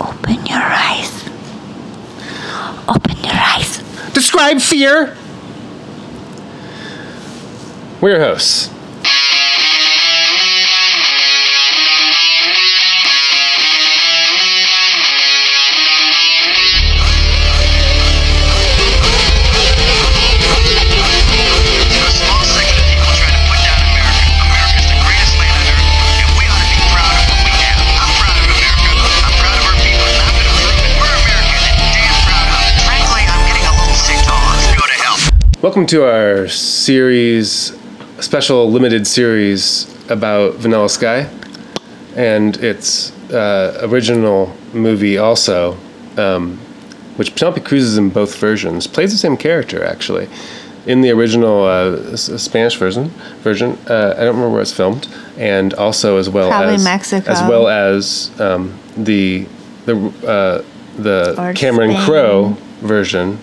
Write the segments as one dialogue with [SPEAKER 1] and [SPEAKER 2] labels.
[SPEAKER 1] Open your eyes. Open your eyes.
[SPEAKER 2] Describe fear. We're your hosts.
[SPEAKER 3] To a small segment of people trying to put down America. America's the greatest land on earth, and we ought to be proud of what we have. I'm proud of America. I'm proud of our people, and I'm going to prove it. We're American, and damn proud of it. Frankly, I'm getting a little sick to all this. Go to hell.
[SPEAKER 2] Welcome to our series, special limited series about Vanilla Sky and its uh, original movie, also, um, which Penelope Cruz is in both versions, plays the same character actually. In the original uh, s- Spanish version, version uh, I don't remember where it's filmed, and also as well
[SPEAKER 1] Probably
[SPEAKER 2] as
[SPEAKER 1] Mexico.
[SPEAKER 2] as well as um, the the uh, the
[SPEAKER 1] Or
[SPEAKER 2] Cameron
[SPEAKER 1] Spain.
[SPEAKER 2] Crowe version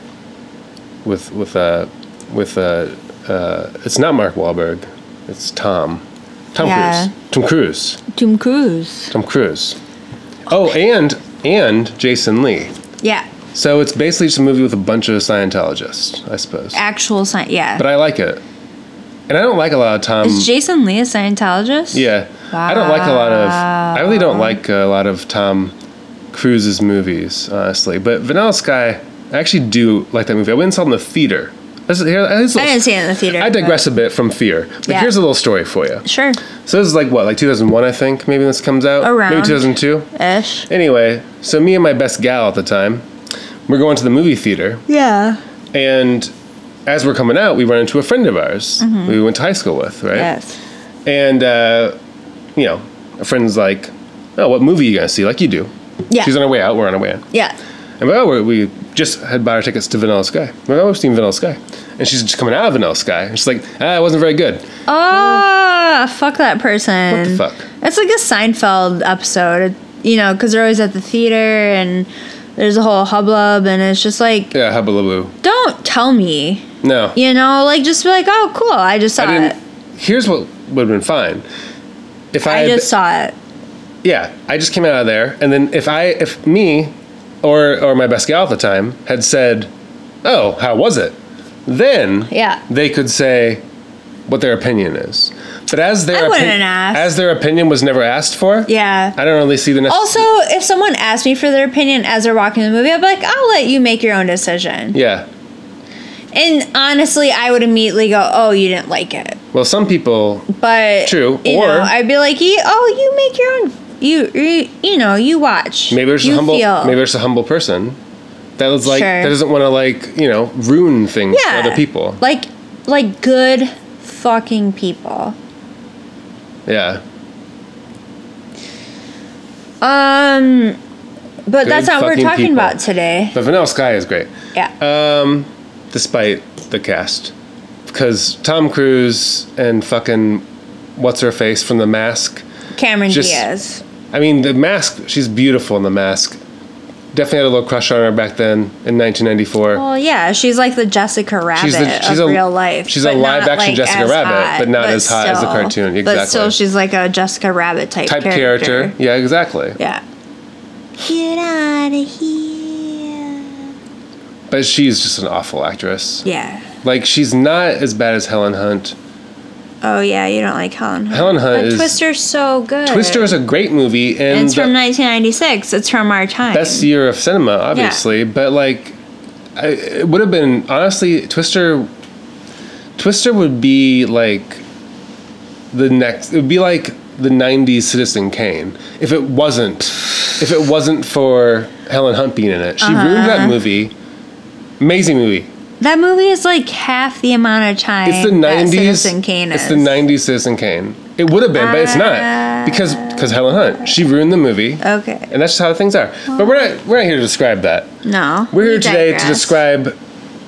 [SPEAKER 2] with with uh with uh, uh it's not Mark Wahlberg, it's Tom, Tom
[SPEAKER 1] Yeah.
[SPEAKER 2] Cruise, Tom Cruise,
[SPEAKER 1] Tom Cruise.
[SPEAKER 2] Tom Cruise. Oh, and and Jason Lee.
[SPEAKER 1] Yeah,
[SPEAKER 2] So it's basically just a movie with a bunch of Scientologists, I suppose.
[SPEAKER 1] actual science. Yeah.
[SPEAKER 2] But I like it, and I don't like a lot of Tom.
[SPEAKER 1] Is Jason Lee a Scientologist?
[SPEAKER 2] Yeah, I don't like a lot of. I really don't like a lot of Tom Cruise's movies, honestly. But Vanilla Sky, I actually do like that movie. I went and saw it in the theater. This is- here- here's a
[SPEAKER 1] I
[SPEAKER 2] little-
[SPEAKER 1] didn't see it in the theater.
[SPEAKER 2] I digress a bit from fear, but
[SPEAKER 1] Yeah.
[SPEAKER 2] here's a little story for you.
[SPEAKER 1] but- Sure.
[SPEAKER 2] So this is like what, like 2001, I think. Maybe this comes out. Maybe
[SPEAKER 1] Around.
[SPEAKER 2] 2002.
[SPEAKER 1] Ish.
[SPEAKER 2] Anyway, so me and my best gal at the time, we're going to the movie theater.
[SPEAKER 1] Yeah.
[SPEAKER 2] And as we're coming out, we run into a friend of ours we went to high school with, right?
[SPEAKER 1] Mm-hmm. Yes.
[SPEAKER 2] And, uh, you know, a friend's like, oh, what movie you going to see? Like you do.
[SPEAKER 1] Yeah.
[SPEAKER 2] She's on her way out, we're on our way in.
[SPEAKER 1] Yeah.
[SPEAKER 2] And we're, like, oh, we we just had bought our tickets to Vanilla Sky. We're like, oh, we've seen Vanilla Sky. And she's just coming out of Vanilla Sky. And she's like, ah, it wasn't very good.
[SPEAKER 1] Oh, fuck that person.
[SPEAKER 2] What the fuck?
[SPEAKER 1] It's like a Seinfeld episode, you know, because they're always at the theater and there's a whole hubbub, and it's just like,
[SPEAKER 2] Yeah, hubbaloo.
[SPEAKER 1] don't tell me,
[SPEAKER 2] No.
[SPEAKER 1] you know, like just be like, oh, cool, I just saw
[SPEAKER 2] I
[SPEAKER 1] it.
[SPEAKER 2] didn't. Here's what would have been fine. If I,
[SPEAKER 1] I
[SPEAKER 2] had-
[SPEAKER 1] just saw it.
[SPEAKER 2] yeah, I just came out of there, and then if I if me or or my best gal at the time had said, "Oh, how was it?" Then
[SPEAKER 1] Yeah.
[SPEAKER 2] they could say what their opinion is. But as their
[SPEAKER 1] I wouldn't
[SPEAKER 2] opin-
[SPEAKER 1] ask.
[SPEAKER 2] as their opinion was never asked for,
[SPEAKER 1] Yeah.
[SPEAKER 2] I don't really see the necessity.
[SPEAKER 1] Also, if someone asked me for their opinion as they're walking the movie, I'd be like, I'll let you make your own decision.
[SPEAKER 2] yeah.
[SPEAKER 1] And honestly, I would immediately go, oh, you didn't like it.
[SPEAKER 2] Well, some people
[SPEAKER 1] But
[SPEAKER 2] True,
[SPEAKER 1] you
[SPEAKER 2] or-
[SPEAKER 1] know, I'd be like, "Ye- oh, you make your own. You you, you know, you watch.
[SPEAKER 2] maybe there's
[SPEAKER 1] you
[SPEAKER 2] a humble
[SPEAKER 1] feel."
[SPEAKER 2] maybe there's a humble person that was like
[SPEAKER 1] Sure.
[SPEAKER 2] that doesn't want to like you know ruin things
[SPEAKER 1] yeah,
[SPEAKER 2] for other people.
[SPEAKER 1] Like like good fucking people.
[SPEAKER 2] yeah.
[SPEAKER 1] Um, but
[SPEAKER 2] Good
[SPEAKER 1] that's not what we're
[SPEAKER 2] fucking
[SPEAKER 1] talking
[SPEAKER 2] people.
[SPEAKER 1] about today.
[SPEAKER 2] But Vanilla Sky is great.
[SPEAKER 1] Yeah.
[SPEAKER 2] Um, despite the cast, because Tom Cruise and fucking what's her face from The Mask.
[SPEAKER 1] Cameron
[SPEAKER 2] just-
[SPEAKER 1] Diaz.
[SPEAKER 2] I mean, The Mask. She's beautiful in The Mask. Definitely had a little crush on her back then in 1994.
[SPEAKER 1] Well, yeah, she's like the Jessica Rabbit
[SPEAKER 2] She's the- she's
[SPEAKER 1] of
[SPEAKER 2] a-
[SPEAKER 1] real life.
[SPEAKER 2] she's a
[SPEAKER 1] but not,
[SPEAKER 2] live-action
[SPEAKER 1] like,
[SPEAKER 2] Jessica
[SPEAKER 1] as
[SPEAKER 2] Rabbit,
[SPEAKER 1] hot,
[SPEAKER 2] but not as hot as the
[SPEAKER 1] still-
[SPEAKER 2] cartoon,
[SPEAKER 1] But still,
[SPEAKER 2] exactly.
[SPEAKER 1] she's like a Jessica Rabbit type,
[SPEAKER 2] Type character. Yeah, exactly.
[SPEAKER 1] Yeah. Get out of here.
[SPEAKER 2] But she's just an awful actress.
[SPEAKER 1] Yeah.
[SPEAKER 2] Like she's not as bad as Helen Hunt.
[SPEAKER 1] Oh yeah, you don't like Helen Hunt.
[SPEAKER 2] Helen Hunt
[SPEAKER 1] But
[SPEAKER 2] is-
[SPEAKER 1] Twister's so good.
[SPEAKER 2] Twister is a great movie, and
[SPEAKER 1] It's
[SPEAKER 2] the-
[SPEAKER 1] from 1996. It's from our time.
[SPEAKER 2] best year of cinema, obviously. But like, I, it would have been honestly Twister. Twister would be like the next. It would be like the '90s Citizen Kane if it wasn't. If it wasn't for Helen Hunt being in it, she ruined that
[SPEAKER 1] Uh-huh.
[SPEAKER 2] movie. Amazing movie.
[SPEAKER 1] That movie is like half the amount of time.
[SPEAKER 2] It's the
[SPEAKER 1] that
[SPEAKER 2] '90s.
[SPEAKER 1] Citizen Kane
[SPEAKER 2] It's
[SPEAKER 1] is.
[SPEAKER 2] the '90s Citizen Kane. It would have been, but it's not because
[SPEAKER 1] Uh.
[SPEAKER 2] because Helen Hunt. She ruined the movie,
[SPEAKER 1] Okay.
[SPEAKER 2] and that's just how things are. But we're not we're not here to describe that.
[SPEAKER 1] No.
[SPEAKER 2] We're
[SPEAKER 1] we
[SPEAKER 2] here today to
[SPEAKER 1] digress.
[SPEAKER 2] describe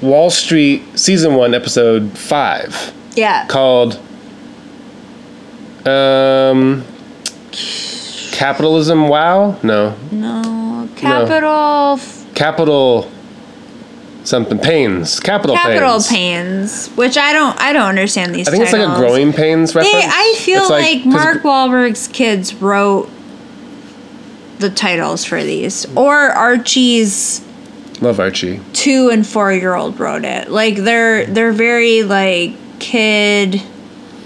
[SPEAKER 2] Wall Street Season 1, Episode 5,
[SPEAKER 1] Yeah.
[SPEAKER 2] called um, Capitalism Wow? No.
[SPEAKER 1] no. Capital. f-
[SPEAKER 2] Capital something. Pains. Capital,
[SPEAKER 1] Capital
[SPEAKER 2] Pains.
[SPEAKER 1] pains. which I don't. I don't understand these.
[SPEAKER 2] I think it's like a
[SPEAKER 1] titles.
[SPEAKER 2] growing pains
[SPEAKER 1] They,
[SPEAKER 2] reference.
[SPEAKER 1] I feel
[SPEAKER 2] It's
[SPEAKER 1] like,
[SPEAKER 2] 'cause
[SPEAKER 1] Mark Wahlberg's kids wrote the titles for these. Or Archie's
[SPEAKER 2] Love Archie.
[SPEAKER 1] two and four year old wrote it. Like they're they're very like kid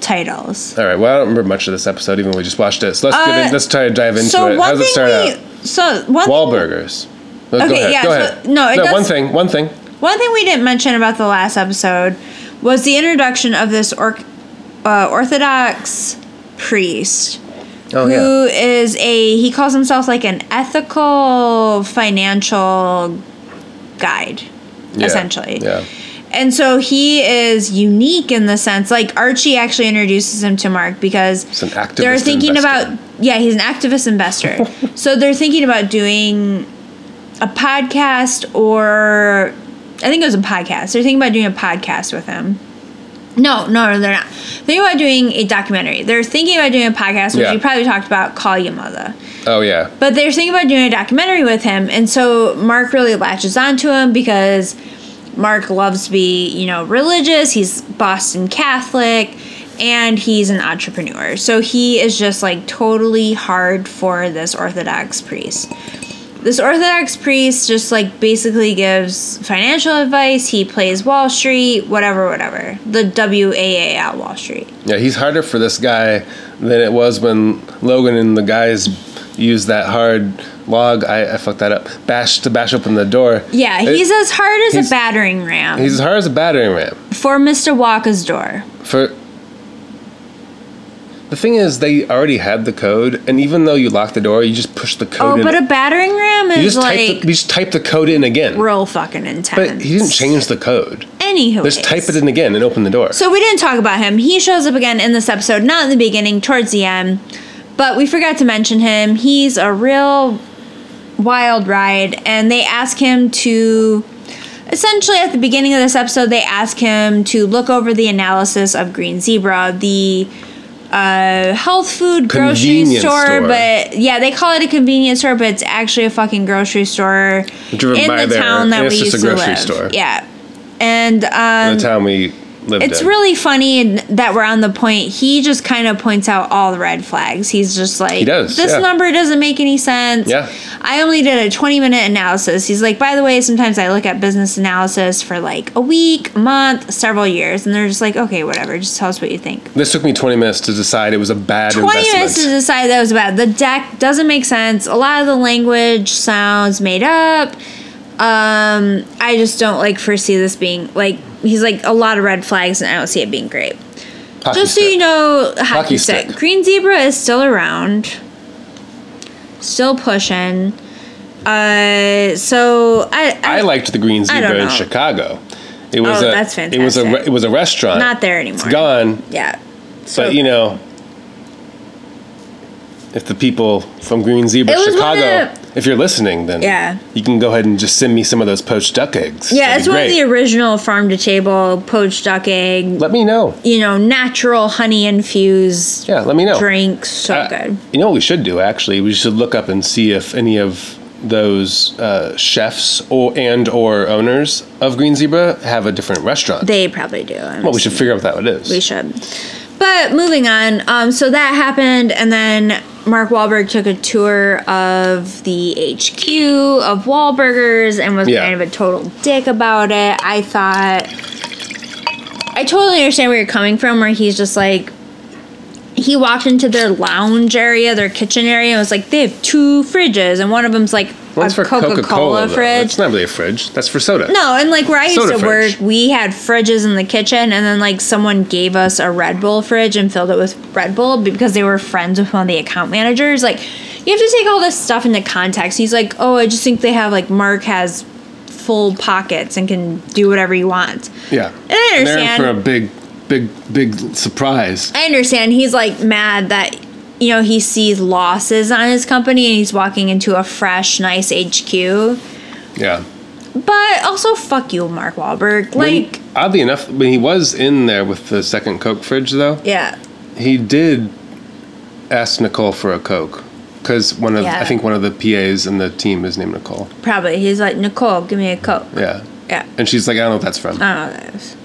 [SPEAKER 1] titles.
[SPEAKER 2] All right. Well, I don't remember much of this episode, even when we just watched it. So let's get
[SPEAKER 1] Uh,
[SPEAKER 2] in, let's try to dive into
[SPEAKER 1] so
[SPEAKER 2] it. How
[SPEAKER 1] one
[SPEAKER 2] does it
[SPEAKER 1] thing
[SPEAKER 2] start
[SPEAKER 1] we
[SPEAKER 2] out?
[SPEAKER 1] so one thing,
[SPEAKER 2] Wahlburgers. No, go
[SPEAKER 1] Okay,
[SPEAKER 2] ahead.
[SPEAKER 1] yeah,
[SPEAKER 2] go
[SPEAKER 1] so-
[SPEAKER 2] ahead.
[SPEAKER 1] no, it
[SPEAKER 2] no one
[SPEAKER 1] does-
[SPEAKER 2] thing. One thing.
[SPEAKER 1] one thing we didn't mention about the last episode was the introduction of this or, uh, Orthodox priest.
[SPEAKER 2] Oh
[SPEAKER 1] who is
[SPEAKER 2] yeah.
[SPEAKER 1] a he calls himself like an ethical financial guide
[SPEAKER 2] Yeah,
[SPEAKER 1] essentially
[SPEAKER 2] Yeah.
[SPEAKER 1] and so he is unique in the sense like archie actually introduces him to mark because
[SPEAKER 2] It's an activist.
[SPEAKER 1] they're thinking
[SPEAKER 2] investor.
[SPEAKER 1] about yeah he's an activist investor so they're thinking about doing a podcast or i think it was a podcast they're thinking about doing a podcast with him no no no they're not thinking about doing a documentary they're thinking about doing a podcast which
[SPEAKER 2] Yeah.
[SPEAKER 1] we probably talked about call your mother
[SPEAKER 2] Oh yeah.
[SPEAKER 1] but they're thinking about doing a documentary with him, and so Mark really latches onto him because Mark loves to be, you know, religious. He's Boston Catholic, and he's an entrepreneur. So he is just like totally hard for this Orthodox priest. This Orthodox priest just like basically gives financial advice. He plays Wall Street, whatever, whatever. The WAA at Wall Street.
[SPEAKER 2] Yeah, he's harder for this guy than it was when Logan and the guys used that hard log. I, I fucked that up. Bash to bash open the door.
[SPEAKER 1] Yeah,
[SPEAKER 2] It-
[SPEAKER 1] he's as hard as
[SPEAKER 2] he's-
[SPEAKER 1] a battering ram
[SPEAKER 2] he's as hard as a battering ram.
[SPEAKER 1] for Mr. Walker's door.
[SPEAKER 2] For the thing is, they already had the code, and even though you lock the door, you just push the code
[SPEAKER 1] Oh,
[SPEAKER 2] in.
[SPEAKER 1] but a battering ram
[SPEAKER 2] you
[SPEAKER 1] is
[SPEAKER 2] just type
[SPEAKER 1] like
[SPEAKER 2] the, you just type the code in again.
[SPEAKER 1] real fucking intense.
[SPEAKER 2] But he didn't change the code.
[SPEAKER 1] Anywho,
[SPEAKER 2] Just type it in again and open the door.
[SPEAKER 1] So we didn't talk about him. He shows up again in this episode, not in the beginning, towards the end. But we forgot to mention him. He's a real wild ride, and they ask him to. Essentially, at the beginning of this episode, they ask him to look over the analysis of Green Zebra, the uh, health food grocery
[SPEAKER 2] Convenience
[SPEAKER 1] store,
[SPEAKER 2] store.
[SPEAKER 1] but yeah, they call it a convenience store, but it's actually a fucking grocery store
[SPEAKER 2] Driven
[SPEAKER 1] in
[SPEAKER 2] by
[SPEAKER 1] the
[SPEAKER 2] their-
[SPEAKER 1] town that
[SPEAKER 2] it's
[SPEAKER 1] we
[SPEAKER 2] just a
[SPEAKER 1] used to
[SPEAKER 2] grocery
[SPEAKER 1] live.
[SPEAKER 2] store.
[SPEAKER 1] Yeah, and um,
[SPEAKER 2] the town we lived
[SPEAKER 1] it's
[SPEAKER 2] in.
[SPEAKER 1] really funny n- that we're on the point. He just kind of points out all the red flags. He's just like,
[SPEAKER 2] does,
[SPEAKER 1] this
[SPEAKER 2] yeah.
[SPEAKER 1] number doesn't make any sense.
[SPEAKER 2] Yeah.
[SPEAKER 1] I only did a 20 minute analysis. He's like, by the way, sometimes I look at business analysis for like a week, a month, several years. And they're just like, okay, whatever. Just tell us what you think.
[SPEAKER 2] this took me 20 minutes to decide it was a bad
[SPEAKER 1] 20
[SPEAKER 2] investment.
[SPEAKER 1] minutes to decide that was bad. The deck doesn't make sense. A lot of the language sounds made up. Um, I just don't like foresee this being like, he's like a lot of red flags and I don't see it being great.
[SPEAKER 2] Hockey
[SPEAKER 1] Just so
[SPEAKER 2] stick.
[SPEAKER 1] you know, hockey, stick.
[SPEAKER 2] stick.
[SPEAKER 1] Green Zebra is still around, still pushing. Uh, so I,
[SPEAKER 2] I liked the Green
[SPEAKER 1] I don't
[SPEAKER 2] Zebra in
[SPEAKER 1] know.
[SPEAKER 2] Chicago. It was
[SPEAKER 1] Oh,
[SPEAKER 2] a
[SPEAKER 1] that's
[SPEAKER 2] it was a
[SPEAKER 1] fantastic.
[SPEAKER 2] re- it was a restaurant.
[SPEAKER 1] not there anymore.
[SPEAKER 2] It's gone.
[SPEAKER 1] Yeah.
[SPEAKER 2] but you know, if the people from Green Zebra
[SPEAKER 1] It was one of
[SPEAKER 2] Chicago, if you're listening, then
[SPEAKER 1] Yeah.
[SPEAKER 2] you can go ahead and just send me some of those poached duck eggs.
[SPEAKER 1] Yeah,
[SPEAKER 2] That'd
[SPEAKER 1] it's
[SPEAKER 2] be
[SPEAKER 1] one of
[SPEAKER 2] great.
[SPEAKER 1] the original farm to table poached duck egg.
[SPEAKER 2] Let me know.
[SPEAKER 1] You know, natural honey infused
[SPEAKER 2] Yeah, let me know.
[SPEAKER 1] drinks. So
[SPEAKER 2] Uh,
[SPEAKER 1] good.
[SPEAKER 2] You know what we should do? Actually, we should look up and see if any of those uh, chefs or and or owners of Green Zebra have a different restaurant.
[SPEAKER 1] They probably do. I'm
[SPEAKER 2] well, we should figure out what that is.
[SPEAKER 1] We should. But moving on, um, so that happened, and then Mark Wahlberg took a tour of the HQ of Wahlburgers and was
[SPEAKER 2] Yeah.
[SPEAKER 1] kind of a total dick about it. I thought. I totally understand where you're coming from, where he's just like. He walked into their lounge area, their kitchen area, and was like, they have two fridges, and one of them's like
[SPEAKER 2] One's
[SPEAKER 1] a
[SPEAKER 2] for
[SPEAKER 1] Coca
[SPEAKER 2] Coca Cola
[SPEAKER 1] Cola fridge.
[SPEAKER 2] It's not really a fridge. That's for soda.
[SPEAKER 1] No, and like where I used
[SPEAKER 2] Soda
[SPEAKER 1] to
[SPEAKER 2] fridge.
[SPEAKER 1] work, we had fridges in the kitchen, and then like someone gave us a Red Bull fridge and filled it with Red Bull because they were friends with one of the account managers. Like, you have to take all this stuff into context. He's like, oh, I just think they have like Mark has full pockets and can do whatever he wants.
[SPEAKER 2] Yeah.
[SPEAKER 1] I
[SPEAKER 2] And they're in
[SPEAKER 1] understand.
[SPEAKER 2] for a big, big, big surprise.
[SPEAKER 1] I understand he's like mad that you know he sees losses on his company and he's walking into a fresh, nice HQ.
[SPEAKER 2] Yeah.
[SPEAKER 1] But also, fuck you, Mark Wahlberg.
[SPEAKER 2] When-
[SPEAKER 1] Like,
[SPEAKER 2] oddly enough, when he was in there with the second Coke fridge, though,
[SPEAKER 1] yeah.
[SPEAKER 2] he did ask Nicole for a Coke because one of
[SPEAKER 1] Yeah.
[SPEAKER 2] I think one of the PAs in the team is named Nicole.
[SPEAKER 1] Probably. He's like, Nicole, give me a Coke.
[SPEAKER 2] Yeah.
[SPEAKER 1] Yeah. Uh.
[SPEAKER 2] And she's like, I don't know what that's from.
[SPEAKER 1] I don't know what that is.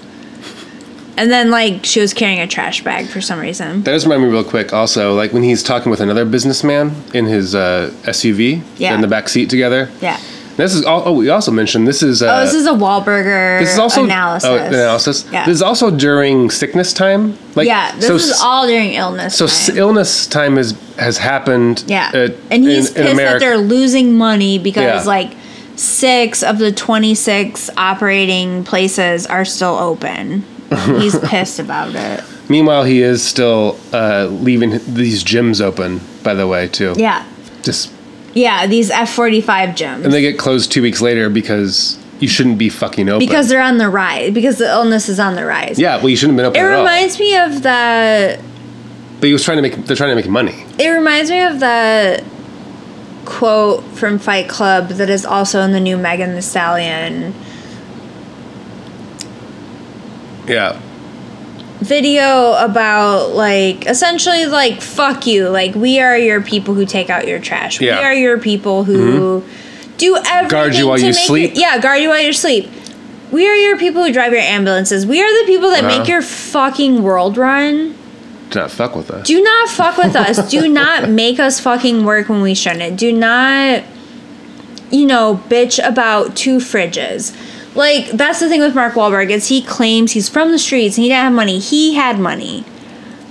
[SPEAKER 1] And then like she was carrying a trash bag for some reason.
[SPEAKER 2] That does remind me real quick. Also, like when he's talking with another businessman in his uh, SUV,
[SPEAKER 1] Yeah.
[SPEAKER 2] in the back seat together.
[SPEAKER 1] Yeah.
[SPEAKER 2] This is all. Oh, we also mentioned this is. Uh,
[SPEAKER 1] Oh, this is a Wahlburger
[SPEAKER 2] this is also
[SPEAKER 1] analysis.
[SPEAKER 2] Oh, analysis.
[SPEAKER 1] Yeah.
[SPEAKER 2] This is also during sickness time. Like
[SPEAKER 1] yeah, this
[SPEAKER 2] so
[SPEAKER 1] is
[SPEAKER 2] s-
[SPEAKER 1] all during illness.
[SPEAKER 2] So
[SPEAKER 1] time.
[SPEAKER 2] s illness time has has happened.
[SPEAKER 1] Yeah.
[SPEAKER 2] uh,
[SPEAKER 1] and he's
[SPEAKER 2] in,
[SPEAKER 1] pissed
[SPEAKER 2] in
[SPEAKER 1] that
[SPEAKER 2] America.
[SPEAKER 1] they're losing money because
[SPEAKER 2] Yeah.
[SPEAKER 1] like six of the twenty six operating places are still open. he's pissed about it.
[SPEAKER 2] Meanwhile, he is still uh, leaving these gyms open. By the way, too.
[SPEAKER 1] Yeah.
[SPEAKER 2] Just
[SPEAKER 1] Yeah, these F forty five gyms.
[SPEAKER 2] and they get closed two weeks later because you shouldn't be fucking open.
[SPEAKER 1] because they're on the rise because the illness is on the rise.
[SPEAKER 2] yeah, well, you shouldn't have been
[SPEAKER 1] It
[SPEAKER 2] open at
[SPEAKER 1] reminds me of the
[SPEAKER 2] all. But he was trying to make. They're trying to make money.
[SPEAKER 1] It reminds me of the quote from Fight Club that is also in the new Megan the Stallion
[SPEAKER 2] Yeah.
[SPEAKER 1] video about like essentially like fuck you like we are your people who take out your trash
[SPEAKER 2] Yeah. Mm-hmm.
[SPEAKER 1] we are your people who do everything
[SPEAKER 2] Guard you while
[SPEAKER 1] to
[SPEAKER 2] you
[SPEAKER 1] make
[SPEAKER 2] sleep.
[SPEAKER 1] yeah guard you while you are asleep. we are your people who drive your ambulances we are the people that
[SPEAKER 2] Uh-huh.
[SPEAKER 1] make your fucking world run
[SPEAKER 2] Do not fuck with us.
[SPEAKER 1] do not fuck with us. Do not make us fucking work when we shouldn't. Do not, you know, bitch about two fridges. Like that's the thing with Mark Wahlberg is he claims he's from the streets and he didn't have money. He had money.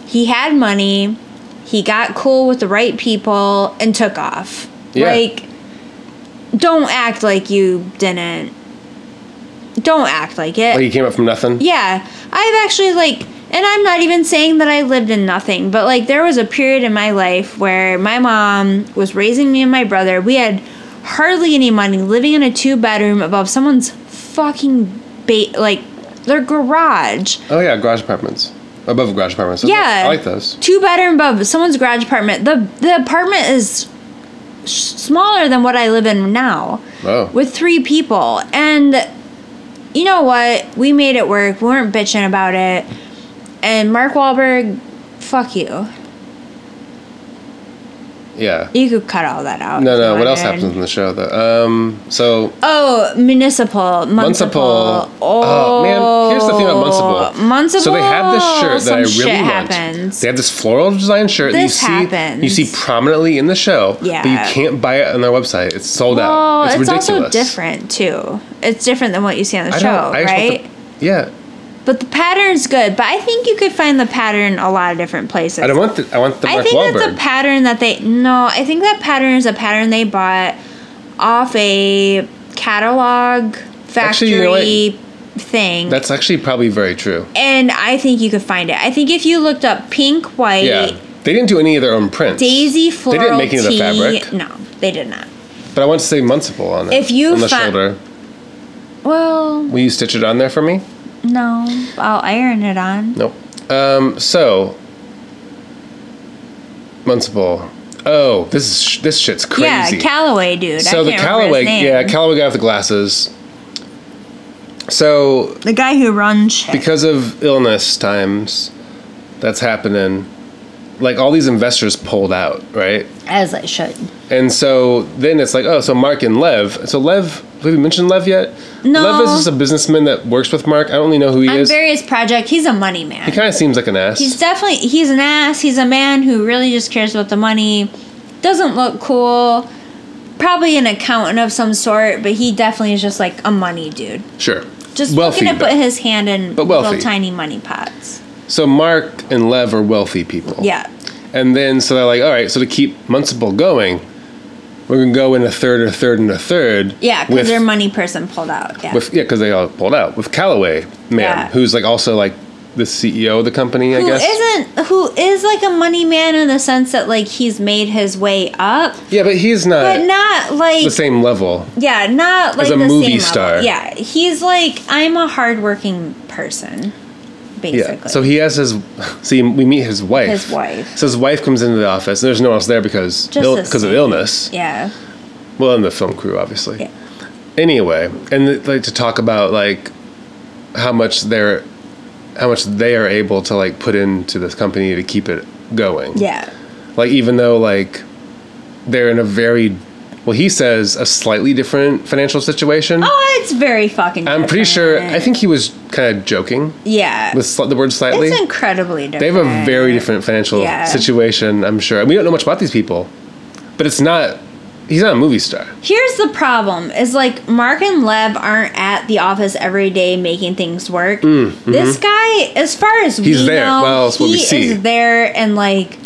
[SPEAKER 1] He had money. He got cool with the right people and took off.
[SPEAKER 2] Yeah.
[SPEAKER 1] Like, don't act like you didn't. Don't act like it.
[SPEAKER 2] like he came up from nothing.
[SPEAKER 1] Yeah, I've actually like, and I'm not even saying that I lived in nothing, but like there was a period in my life where my mom was raising me and my brother. We had hardly any money, living in a two bedroom above someone's fucking ba- like their garage.
[SPEAKER 2] Oh yeah, garage apartments. Above garage apartments.
[SPEAKER 1] Yeah,
[SPEAKER 2] I like those.
[SPEAKER 1] Two bedroom above someone's garage apartment. The the apartment is s- smaller than what I live in now
[SPEAKER 2] Oh.
[SPEAKER 1] with three people. And you know what? We made it work. We weren't bitching about it. And Mark Wahlberg, fuck you.
[SPEAKER 2] yeah.
[SPEAKER 1] You could cut all that out.
[SPEAKER 2] No,
[SPEAKER 1] if you
[SPEAKER 2] no. What else
[SPEAKER 1] wanted.
[SPEAKER 2] happens in the show though? Um. So
[SPEAKER 1] Oh, municipal, municipal.
[SPEAKER 2] Municipal.
[SPEAKER 1] Oh,
[SPEAKER 2] Oh, man, here's the thing about Municipal.
[SPEAKER 1] Municipal.
[SPEAKER 2] So they have this shirt that
[SPEAKER 1] some
[SPEAKER 2] I really
[SPEAKER 1] shit
[SPEAKER 2] want.
[SPEAKER 1] happens.
[SPEAKER 2] They have this floral design shirt
[SPEAKER 1] This
[SPEAKER 2] that you
[SPEAKER 1] happens.
[SPEAKER 2] see you see prominently in the show.
[SPEAKER 1] Yeah.
[SPEAKER 2] But you can't buy it on their website. It's sold
[SPEAKER 1] Well,
[SPEAKER 2] out. It's,
[SPEAKER 1] it's,
[SPEAKER 2] ridiculous.
[SPEAKER 1] also different too. It's different than what you see on the
[SPEAKER 2] I don't-
[SPEAKER 1] show,
[SPEAKER 2] I just want
[SPEAKER 1] right?
[SPEAKER 2] The, yeah.
[SPEAKER 1] but the pattern's good. But I think you could find the pattern a lot of different places.
[SPEAKER 2] I don't want the I want the
[SPEAKER 1] I
[SPEAKER 2] Mark
[SPEAKER 1] think that
[SPEAKER 2] Wahlberg.
[SPEAKER 1] the pattern that they no, I think that pattern is a pattern they bought off a catalog
[SPEAKER 2] Actually,
[SPEAKER 1] factory
[SPEAKER 2] you know what?
[SPEAKER 1] thing.
[SPEAKER 2] That's actually probably very true.
[SPEAKER 1] and I think you could find it. I think if you looked up pink, white,
[SPEAKER 2] Yeah. They didn't do any of their own prints.
[SPEAKER 1] daisy floral
[SPEAKER 2] They didn't make any of the
[SPEAKER 1] tea,
[SPEAKER 2] fabric.
[SPEAKER 1] No, they did not.
[SPEAKER 2] But I want to say Municipal on it.
[SPEAKER 1] If you
[SPEAKER 2] on the
[SPEAKER 1] fi-
[SPEAKER 2] shoulder.
[SPEAKER 1] Well,
[SPEAKER 2] Will you stitch it on there for me?
[SPEAKER 1] no, I'll iron it on.
[SPEAKER 2] Nope. Um, so, Municipal. Oh, this is sh- this shit's crazy.
[SPEAKER 1] Yeah, Callaway dude.
[SPEAKER 2] so
[SPEAKER 1] I
[SPEAKER 2] the
[SPEAKER 1] can't remember his
[SPEAKER 2] Callaway,
[SPEAKER 1] name.
[SPEAKER 2] yeah, Callaway guy with the glasses. So
[SPEAKER 1] the guy who runs shit.
[SPEAKER 2] because of illness times, that's happening. Like all these investors pulled out, right?
[SPEAKER 1] as I should.
[SPEAKER 2] And so then it's like, oh, so Mark and Lev. So Lev, have we mentioned Lev yet?
[SPEAKER 1] No.
[SPEAKER 2] Lev is just a businessman that works with Mark. I don't really know who he
[SPEAKER 1] On
[SPEAKER 2] is.
[SPEAKER 1] various project, he's a money man.
[SPEAKER 2] he kind of seems like an ass.
[SPEAKER 1] He's definitely he's an ass. He's a man who really just cares about the money. Doesn't look cool. Probably an accountant of some sort, but he definitely is just like a money dude.
[SPEAKER 2] sure.
[SPEAKER 1] Just looking to
[SPEAKER 2] though.
[SPEAKER 1] put his hand in
[SPEAKER 2] But
[SPEAKER 1] little
[SPEAKER 2] wealthy.
[SPEAKER 1] tiny money pots.
[SPEAKER 2] So Mark and Lev are wealthy people.
[SPEAKER 1] Yeah.
[SPEAKER 2] And then so they're like, all right, so to keep Municipal going, we're gonna go in a third, a third, and a third.
[SPEAKER 1] Yeah, because
[SPEAKER 2] with
[SPEAKER 1] their money person pulled out. Yeah.
[SPEAKER 2] with yeah, because they all pulled out with Callaway man,
[SPEAKER 1] Yeah.
[SPEAKER 2] who's like also like the CEO of the company, I
[SPEAKER 1] who
[SPEAKER 2] guess.
[SPEAKER 1] isn't who is like a money man in the sense that like he's made his way up,
[SPEAKER 2] Yeah, but he's not
[SPEAKER 1] but not like
[SPEAKER 2] Uh, the same level.
[SPEAKER 1] yeah, not like
[SPEAKER 2] a
[SPEAKER 1] the
[SPEAKER 2] movie
[SPEAKER 1] same level.
[SPEAKER 2] star.
[SPEAKER 1] Yeah, he's like I'm a hardworking person, basically.
[SPEAKER 2] Yeah. So he has his. See, we meet his wife.
[SPEAKER 1] His wife.
[SPEAKER 2] So his wife comes into the office. And there's no one else there because
[SPEAKER 1] Just
[SPEAKER 2] ill,
[SPEAKER 1] the
[SPEAKER 2] because of
[SPEAKER 1] same.
[SPEAKER 2] illness.
[SPEAKER 1] yeah.
[SPEAKER 2] Well, in the film crew, obviously.
[SPEAKER 1] Yeah.
[SPEAKER 2] Anyway, and th- like to talk about like how much they're how much they are able to like put into this company to keep it going.
[SPEAKER 1] Yeah.
[SPEAKER 2] Like even though like they're in a very well, he says a slightly different financial situation.
[SPEAKER 1] Oh, it's very fucking.
[SPEAKER 2] I'm pretty sure.
[SPEAKER 1] different.
[SPEAKER 2] I think he was kind of joking
[SPEAKER 1] Yeah.
[SPEAKER 2] with sl- the word slightly.
[SPEAKER 1] It's incredibly different.
[SPEAKER 2] they have a very different financial
[SPEAKER 1] Yeah.
[SPEAKER 2] situation, I'm sure. And we don't know much about these people, but it's not. He's not a movie star.
[SPEAKER 1] Here's the problem is like Mark and Lev aren't at the office every day making things work. This guy, as far as
[SPEAKER 2] Mm, mm-hmm. He's
[SPEAKER 1] we
[SPEAKER 2] there.
[SPEAKER 1] know,
[SPEAKER 2] Well, it's
[SPEAKER 1] he
[SPEAKER 2] what we see.
[SPEAKER 1] is there and like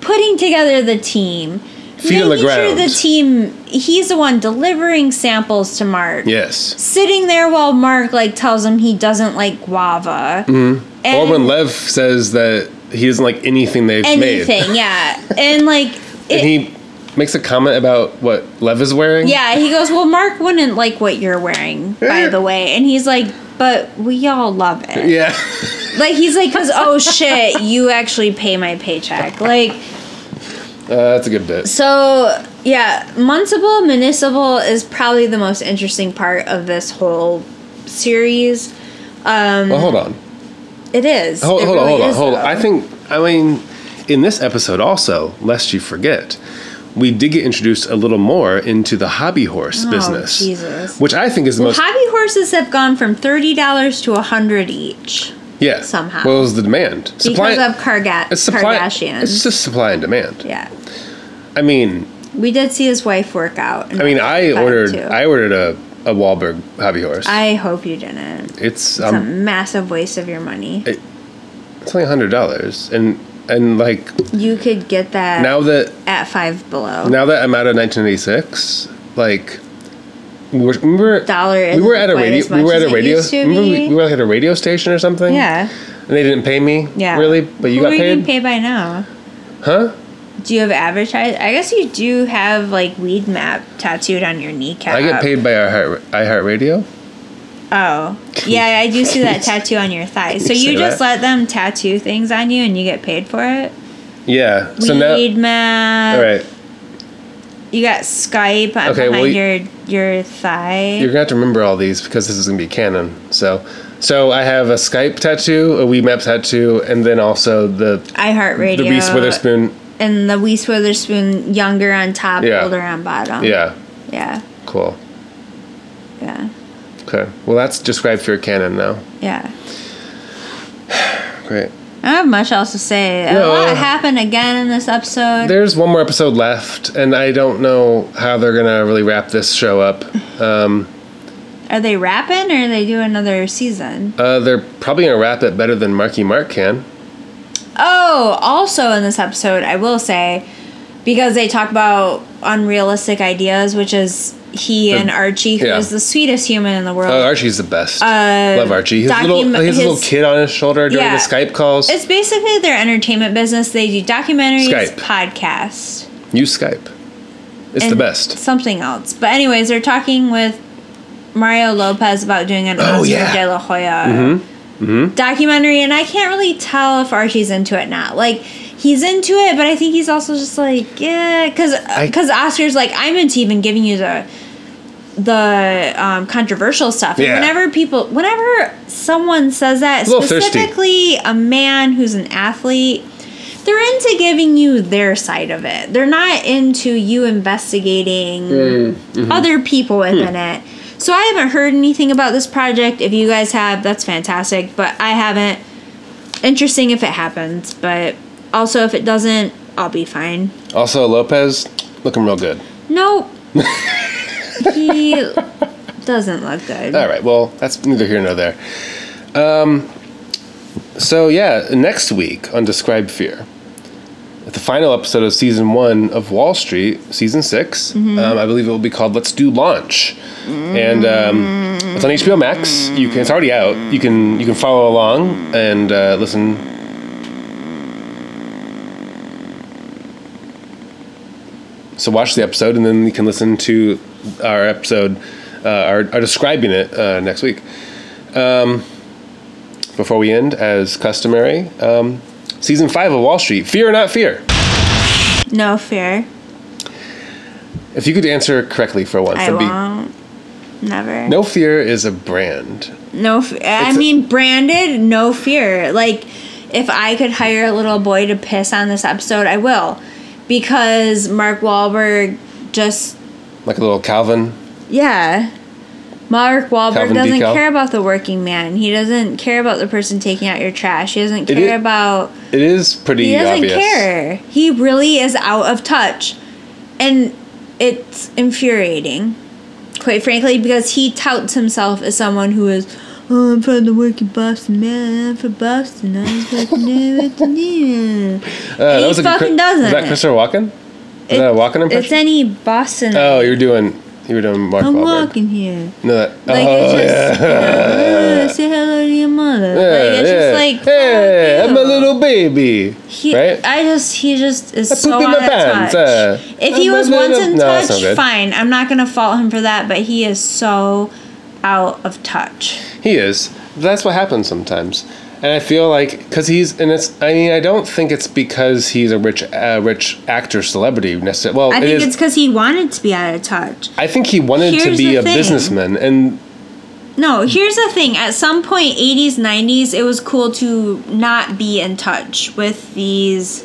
[SPEAKER 1] putting together the team.
[SPEAKER 2] Feet on the
[SPEAKER 1] making sure the
[SPEAKER 2] ground.
[SPEAKER 1] team he's the one delivering samples to Mark.
[SPEAKER 2] Yes.
[SPEAKER 1] Sitting there while Mark like tells him he doesn't like guava.
[SPEAKER 2] Mm-hmm. Or
[SPEAKER 1] And
[SPEAKER 2] when Lev says that he doesn't like anything they've made,
[SPEAKER 1] anything, yeah. And like
[SPEAKER 2] and
[SPEAKER 1] it,
[SPEAKER 2] he makes a comment about what Lev is wearing.
[SPEAKER 1] Yeah, he goes, Well, Mark wouldn't like what you're wearing,
[SPEAKER 2] Eh.
[SPEAKER 1] by the way. And he's like, But we all love it.
[SPEAKER 2] Yeah.
[SPEAKER 1] Like, he's like, Because, oh shit, you actually pay my paycheck. Like,
[SPEAKER 2] Uh, that's a good bit.
[SPEAKER 1] so yeah, Municipal Municipal is probably the most interesting part of this whole series. Um,
[SPEAKER 2] Well, hold on.
[SPEAKER 1] it is.
[SPEAKER 2] Hold,
[SPEAKER 1] It
[SPEAKER 2] hold
[SPEAKER 1] really
[SPEAKER 2] on, hold on,
[SPEAKER 1] is,
[SPEAKER 2] hold on.
[SPEAKER 1] though.
[SPEAKER 2] I think, I mean, in this episode also, lest you forget, we did get introduced a little more into the hobby horse
[SPEAKER 1] Oh,
[SPEAKER 2] business.
[SPEAKER 1] Jesus.
[SPEAKER 2] Which I think is the most.
[SPEAKER 1] Hobby horses have gone from thirty dollars to a hundred each
[SPEAKER 2] yeah.
[SPEAKER 1] somehow.
[SPEAKER 2] Well, it was the demand.
[SPEAKER 1] because of Karga-
[SPEAKER 2] it's supply,
[SPEAKER 1] Kardashian.
[SPEAKER 2] It's just supply and demand.
[SPEAKER 1] yeah.
[SPEAKER 2] I mean,
[SPEAKER 1] We did see his wife work out.
[SPEAKER 2] I mean, I
[SPEAKER 1] Fun,
[SPEAKER 2] ordered,
[SPEAKER 1] too.
[SPEAKER 2] I ordered a, a Wahlberg hobby horse.
[SPEAKER 1] I hope you didn't. It's
[SPEAKER 2] it's, um,
[SPEAKER 1] a massive waste of your money.
[SPEAKER 2] it's only hundred dollars, and and like
[SPEAKER 1] you could get that
[SPEAKER 2] now that
[SPEAKER 1] at Five Below.
[SPEAKER 2] now that I'm out of 1986, like we were, we were
[SPEAKER 1] Dollar
[SPEAKER 2] we were
[SPEAKER 1] isn't
[SPEAKER 2] at a
[SPEAKER 1] quite
[SPEAKER 2] radio
[SPEAKER 1] as
[SPEAKER 2] we were
[SPEAKER 1] much
[SPEAKER 2] at a
[SPEAKER 1] as it
[SPEAKER 2] radio
[SPEAKER 1] used to
[SPEAKER 2] remember we,
[SPEAKER 1] be.
[SPEAKER 2] we were like at a radio station or something.
[SPEAKER 1] Yeah.
[SPEAKER 2] And they didn't pay me.
[SPEAKER 1] Yeah.
[SPEAKER 2] Really, but you
[SPEAKER 1] Who
[SPEAKER 2] got
[SPEAKER 1] are
[SPEAKER 2] paid.
[SPEAKER 1] You paid by now.
[SPEAKER 2] Huh?
[SPEAKER 1] Do you have advertised? I guess you do have like weed map tattooed on your kneecap.
[SPEAKER 2] I get paid by our heart, iHeartRadio.
[SPEAKER 1] Oh, yeah, I do see that tattoo on your thigh. So you
[SPEAKER 2] say
[SPEAKER 1] just let
[SPEAKER 2] that?
[SPEAKER 1] them tattoo things on you, and you get paid for it.
[SPEAKER 2] Yeah.
[SPEAKER 1] Weed
[SPEAKER 2] So now,
[SPEAKER 1] map.
[SPEAKER 2] all right,
[SPEAKER 1] You got Skype on
[SPEAKER 2] Okay,
[SPEAKER 1] behind
[SPEAKER 2] well,
[SPEAKER 1] your your thigh.
[SPEAKER 2] you're gonna have to remember all these because this is gonna be canon. So, so I have a Skype tattoo, a WeMap tattoo, and then also the
[SPEAKER 1] iHeartRadio.
[SPEAKER 2] the Reese Witherspoon.
[SPEAKER 1] and the Reese Witherspoon younger on top,
[SPEAKER 2] Yeah.
[SPEAKER 1] older on bottom.
[SPEAKER 2] Yeah.
[SPEAKER 1] Yeah.
[SPEAKER 2] Cool.
[SPEAKER 1] Yeah.
[SPEAKER 2] Okay. Well, that's described for your canon now.
[SPEAKER 1] Yeah.
[SPEAKER 2] Great.
[SPEAKER 1] I don't have much else to say. A
[SPEAKER 2] No. uh,
[SPEAKER 1] lot happened again in this episode.
[SPEAKER 2] There's one more episode left, and I don't know how they're gonna really wrap this show up. Um,
[SPEAKER 1] are they rapping or they do another season?
[SPEAKER 2] uh, they're probably gonna wrap it better than Marky Mark can.
[SPEAKER 1] Oh, also in this episode, I will say, because they talk about unrealistic ideas, which is he and Archie, who is
[SPEAKER 2] yeah.
[SPEAKER 1] the sweetest human in the world. Uh,
[SPEAKER 2] Oh, Archie's the best. Love Archie. His little,
[SPEAKER 1] docu-
[SPEAKER 2] he has a little
[SPEAKER 1] Uh, his-
[SPEAKER 2] kid on his shoulder during
[SPEAKER 1] Yeah.
[SPEAKER 2] the Skype calls.
[SPEAKER 1] it's basically their entertainment business. They do documentaries,
[SPEAKER 2] Skype.
[SPEAKER 1] podcasts.
[SPEAKER 2] Use Skype. It's the
[SPEAKER 1] and
[SPEAKER 2] best.
[SPEAKER 1] Something else. But anyways, they're talking with Mario Lopez about doing an
[SPEAKER 2] Oh,
[SPEAKER 1] Oscar
[SPEAKER 2] yeah. Mm-hmm.
[SPEAKER 1] de la Hoya documentary, and I can't really tell if Archie's into it not. Like he's into it, but I think he's also just like yeah, because
[SPEAKER 2] I-
[SPEAKER 1] because Oscar's like I'm into even giving you the the um, controversial stuff. And
[SPEAKER 2] Yeah.
[SPEAKER 1] whenever people, whenever someone says that,
[SPEAKER 2] little thirsty.
[SPEAKER 1] specifically a man who's an athlete, they're into giving you their side of it. They're not into you investigating
[SPEAKER 2] Mm, mm-hmm.
[SPEAKER 1] other people
[SPEAKER 2] Hmm.
[SPEAKER 1] within it. So I haven't heard anything about this project. If you guys have, that's fantastic. But I haven't. Interesting if it happens, but also if it doesn't, I'll be fine.
[SPEAKER 2] Also, Lopez looking real good.
[SPEAKER 1] Nope. he doesn't look good.
[SPEAKER 2] All right. Well, that's neither here nor there. Um, so yeah, next week on Describe Fear, the final episode of season one of Wall Street, season 6 Um, I believe it will be called "Let's Do Launch," and um, it's on HBO Max. You can. It's already out. You can you can follow along and uh, listen. So watch the episode, and then you can listen to our episode, uh, our, our describing it uh, next week Um, before we end, as customary, um, season five of Wall Street Fear or Not Fear.
[SPEAKER 1] No fear.
[SPEAKER 2] If you could answer correctly for once,
[SPEAKER 1] I
[SPEAKER 2] that'd be
[SPEAKER 1] won't. Never.
[SPEAKER 2] No Fear is a brand.
[SPEAKER 1] No. Fe- I
[SPEAKER 2] It's a-
[SPEAKER 1] mean, branded. No fear. Like, if I could hire a little boy to piss on this episode, I will, because Mark Wahlberg just
[SPEAKER 2] Like a little Calvin.
[SPEAKER 1] yeah. Mark Wahlberg
[SPEAKER 2] Calvin
[SPEAKER 1] doesn't
[SPEAKER 2] Decal.
[SPEAKER 1] care about the working man. He doesn't care about the person taking out your trash. He doesn't
[SPEAKER 2] It
[SPEAKER 1] care
[SPEAKER 2] is-
[SPEAKER 1] about.
[SPEAKER 2] It is pretty
[SPEAKER 1] He doesn't
[SPEAKER 2] obvious.
[SPEAKER 1] care. He really is out of touch, and it's infuriating, quite frankly, because he touts himself as someone who is. Oh, I'm from the working Boston, man. I'm from Boston. I just like to know what to do."
[SPEAKER 2] Uh, that
[SPEAKER 1] He
[SPEAKER 2] was a good
[SPEAKER 1] fucking
[SPEAKER 2] cri-
[SPEAKER 1] doesn't.
[SPEAKER 2] Was that Christopher Walken? Is that a Walken impression?
[SPEAKER 1] It's any Boston.
[SPEAKER 2] oh, you were doing you were doing Mark
[SPEAKER 1] I'm
[SPEAKER 2] Wahlberg.
[SPEAKER 1] walking here.
[SPEAKER 2] No, that.
[SPEAKER 1] Like
[SPEAKER 2] oh
[SPEAKER 1] it's
[SPEAKER 2] yeah.
[SPEAKER 1] just you know, "Uh, say hello to your mother.
[SPEAKER 2] Yeah,
[SPEAKER 1] like it's
[SPEAKER 2] yeah.
[SPEAKER 1] just like fuck
[SPEAKER 2] hey, I'm a
[SPEAKER 1] you.
[SPEAKER 2] little baby.
[SPEAKER 1] He,
[SPEAKER 2] right?
[SPEAKER 1] I just he just is
[SPEAKER 2] I
[SPEAKER 1] so
[SPEAKER 2] poop in
[SPEAKER 1] out
[SPEAKER 2] my
[SPEAKER 1] of
[SPEAKER 2] pants,
[SPEAKER 1] touch.
[SPEAKER 2] uh,
[SPEAKER 1] if
[SPEAKER 2] I'm
[SPEAKER 1] he
[SPEAKER 2] a
[SPEAKER 1] was
[SPEAKER 2] little-
[SPEAKER 1] once in
[SPEAKER 2] No, that's
[SPEAKER 1] touch,
[SPEAKER 2] not good.
[SPEAKER 1] fine. I'm not gonna fault him for that, but he is so out of touch.
[SPEAKER 2] He is. That's what happens sometimes. And I feel like because he's and it's. I mean, I don't think it's because he's a rich, uh, rich actor celebrity necessarily. Well,
[SPEAKER 1] I
[SPEAKER 2] it
[SPEAKER 1] think
[SPEAKER 2] is-
[SPEAKER 1] it's because he wanted to be out of touch.
[SPEAKER 2] I think he wanted to
[SPEAKER 1] Here's
[SPEAKER 2] be
[SPEAKER 1] the
[SPEAKER 2] a
[SPEAKER 1] thing.
[SPEAKER 2] businessman, and
[SPEAKER 1] No, here's the thing. At some point, 80s, 90s, it was cool to not be in touch with these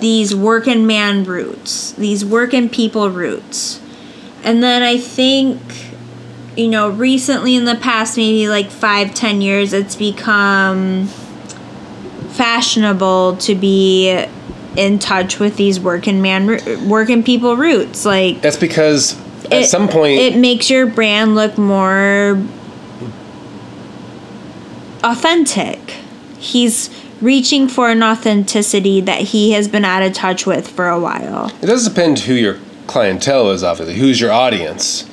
[SPEAKER 1] these working man roots, these working people roots. And then I think, you know, recently in the past, maybe like five, ten years, it's become fashionable to be in touch with these working man, roo- working people roots. Like,
[SPEAKER 2] that's because at
[SPEAKER 1] it-
[SPEAKER 2] some point
[SPEAKER 1] it makes your brand look more authentic. He's reaching for an authenticity that he has been out of touch with for a while.
[SPEAKER 2] it does depend who your clientele is, obviously, who's your audience,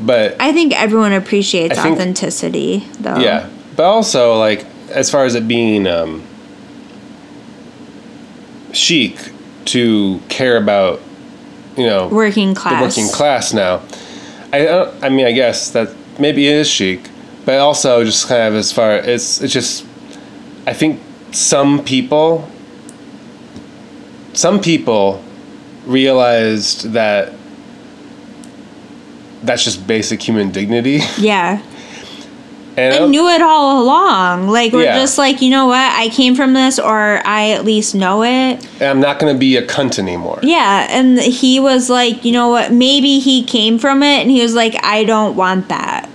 [SPEAKER 2] but
[SPEAKER 1] I think everyone appreciates
[SPEAKER 2] I think-
[SPEAKER 1] authenticity, though.
[SPEAKER 2] Yeah, Um, but also like as far as it being um, chic to care about, you know,
[SPEAKER 1] Working class.
[SPEAKER 2] the working class now. I don't, I mean, I guess that maybe it is chic, but also just kind of as far it's it's just I think some people some people realized that that's just basic human dignity
[SPEAKER 1] Yeah.
[SPEAKER 2] and I
[SPEAKER 1] I
[SPEAKER 2] don't-
[SPEAKER 1] knew it all along. Like, we're
[SPEAKER 2] Yeah.
[SPEAKER 1] just like, you know what? I came from this, or I at least know it.
[SPEAKER 2] and I'm not going to be a cunt anymore.
[SPEAKER 1] Yeah, and he was like, you know what? Maybe he came from it and he was like, I don't want that.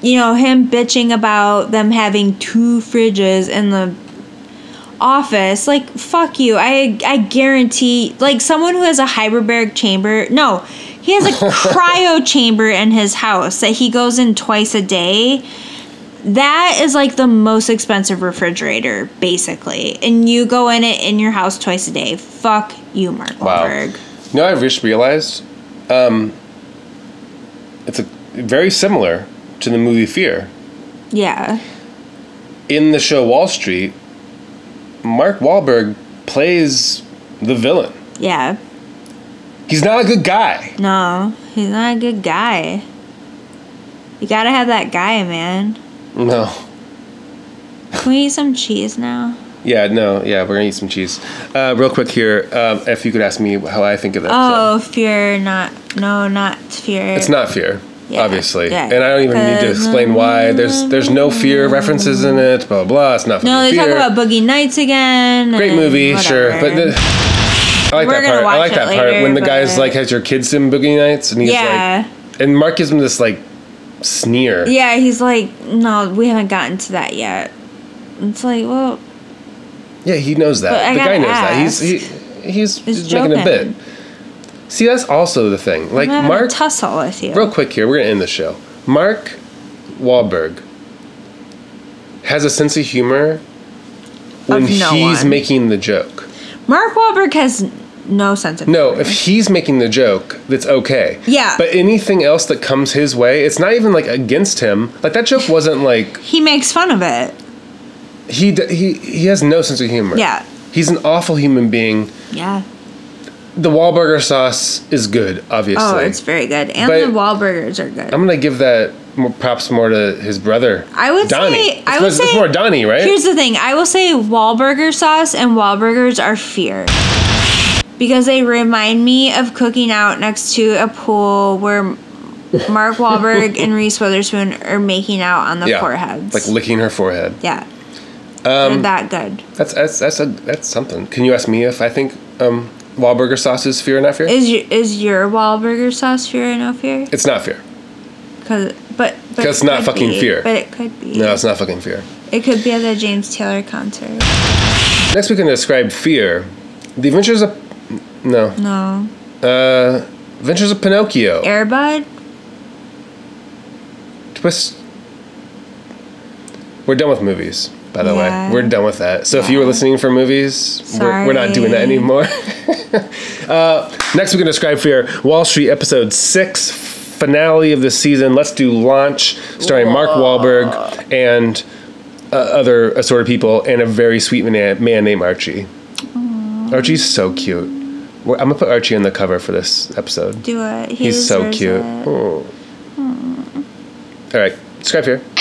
[SPEAKER 1] You know, him bitching about them having two fridges in the office. Like, fuck you. I I guarantee like someone who has a hyperbaric chamber. No, he has a cryo chamber in his house that he goes in twice a day. That is like the most expensive refrigerator, basically. And you go in it in your house twice a day. Fuck you, Mark
[SPEAKER 2] Wow.
[SPEAKER 1] Wahlberg.
[SPEAKER 2] You know, what I just realized um, it's a, very similar to the movie Fear.
[SPEAKER 1] Yeah.
[SPEAKER 2] In the show Wall Street, Mark Wahlberg plays the villain.
[SPEAKER 1] Yeah.
[SPEAKER 2] He's not a good guy.
[SPEAKER 1] No, he's not a good guy. You gotta have that guy, man.
[SPEAKER 2] No.
[SPEAKER 1] Can we eat some cheese now?
[SPEAKER 2] Yeah, no, yeah, we're gonna eat some cheese. Uh, real quick here, um, if you could ask me how I think of that.
[SPEAKER 1] Oh, fear not. No, not fear.
[SPEAKER 2] It's not fear,
[SPEAKER 1] Yeah,
[SPEAKER 2] obviously,
[SPEAKER 1] yeah.
[SPEAKER 2] and I don't even need to explain why. There's there's no fear references in it. Blah blah. blah. It's not.
[SPEAKER 1] No, they
[SPEAKER 2] fucking
[SPEAKER 1] talk
[SPEAKER 2] fear.
[SPEAKER 1] about Boogie Nights again.
[SPEAKER 2] Great
[SPEAKER 1] and
[SPEAKER 2] movie, sure, but
[SPEAKER 1] whatever.
[SPEAKER 2] the, I like
[SPEAKER 1] We're
[SPEAKER 2] that
[SPEAKER 1] gonna
[SPEAKER 2] part. I
[SPEAKER 1] watch
[SPEAKER 2] like
[SPEAKER 1] it
[SPEAKER 2] that part
[SPEAKER 1] later,
[SPEAKER 2] when the guy's
[SPEAKER 1] but-
[SPEAKER 2] like has your kids in boogie nights, and he's
[SPEAKER 1] Yeah.
[SPEAKER 2] like, and Mark gives him this like sneer.
[SPEAKER 1] yeah, he's like, no, we haven't gotten to that yet. It's like, well,
[SPEAKER 2] Yeah, he knows that.
[SPEAKER 1] But I
[SPEAKER 2] the guy
[SPEAKER 1] gotta
[SPEAKER 2] knows that. He's
[SPEAKER 1] ask.
[SPEAKER 2] he, he's,
[SPEAKER 1] He's
[SPEAKER 2] he's making a bit.
[SPEAKER 1] joking.
[SPEAKER 2] See, that's also the thing. Like
[SPEAKER 1] I'm having
[SPEAKER 2] Mark,
[SPEAKER 1] a tussle with you.
[SPEAKER 2] real quick here, we're gonna end the show. Mark Wahlberg has a sense of humor when
[SPEAKER 1] no
[SPEAKER 2] he's
[SPEAKER 1] one.
[SPEAKER 2] making the joke.
[SPEAKER 1] Mark Wahlberg has no sense of
[SPEAKER 2] No, if he's making the joke, that's okay.
[SPEAKER 1] Yeah.
[SPEAKER 2] But anything else that comes his way, it's not even like against him. Like that joke wasn't like
[SPEAKER 1] he makes fun of it.
[SPEAKER 2] he d- he he has no sense of humor.
[SPEAKER 1] Yeah.
[SPEAKER 2] He's an awful human being.
[SPEAKER 1] Yeah.
[SPEAKER 2] The Wahlburger sauce is good, obviously.
[SPEAKER 1] Oh, it's very good, and
[SPEAKER 2] But-
[SPEAKER 1] the Wahlburgers are good.
[SPEAKER 2] I'm gonna give that more, props more to his brother.
[SPEAKER 1] I would
[SPEAKER 2] Donnie.
[SPEAKER 1] say-
[SPEAKER 2] It's,
[SPEAKER 1] I would
[SPEAKER 2] it's
[SPEAKER 1] say-
[SPEAKER 2] more Donnie, right?
[SPEAKER 1] Here's the thing: I will say Wahlburger sauce and Wahlburgers are fear because they remind me of cooking out next to a pool where Mark Wahlberg and Reese Witherspoon are making out on the
[SPEAKER 2] yeah.
[SPEAKER 1] foreheads.
[SPEAKER 2] Like licking her forehead.
[SPEAKER 1] yeah, they're that good.
[SPEAKER 2] That's that's that's a that's something. Can you ask me if I think um
[SPEAKER 4] Wahlburger sauce is fear and not fear?
[SPEAKER 1] Is your is your Wahlburger sauce fear or no fear?
[SPEAKER 4] it's not fear.
[SPEAKER 1] Cause but but
[SPEAKER 4] 'Cause it's not
[SPEAKER 1] could
[SPEAKER 4] fucking
[SPEAKER 1] be,
[SPEAKER 4] fear.
[SPEAKER 1] But it could be.
[SPEAKER 4] No, it's not fucking fear.
[SPEAKER 1] It could be at the James Taylor concert.
[SPEAKER 4] Next, we can describe fear. The Adventures of no,
[SPEAKER 1] No,
[SPEAKER 4] uh, Adventures of Pinocchio.
[SPEAKER 1] Airbud.
[SPEAKER 4] Twist. We're done with movies, by the
[SPEAKER 1] Yeah.
[SPEAKER 4] way. We're done with that. So if you were listening for movies, we're, we're not doing that
[SPEAKER 1] Sorry.
[SPEAKER 4] anymore. uh, next, we can describe fear. Wall Street episode six, finale of the season. Let's do launch, starring Mark Wahlberg and uh, other assorted people, and a very sweet man, man named Archie. Archie's so cute. We're, I'm gonna put Archie on the cover for this episode.
[SPEAKER 1] Do it. He
[SPEAKER 4] He's so
[SPEAKER 1] deserves
[SPEAKER 4] cute.
[SPEAKER 1] it.
[SPEAKER 4] Oh. All right, describe fear.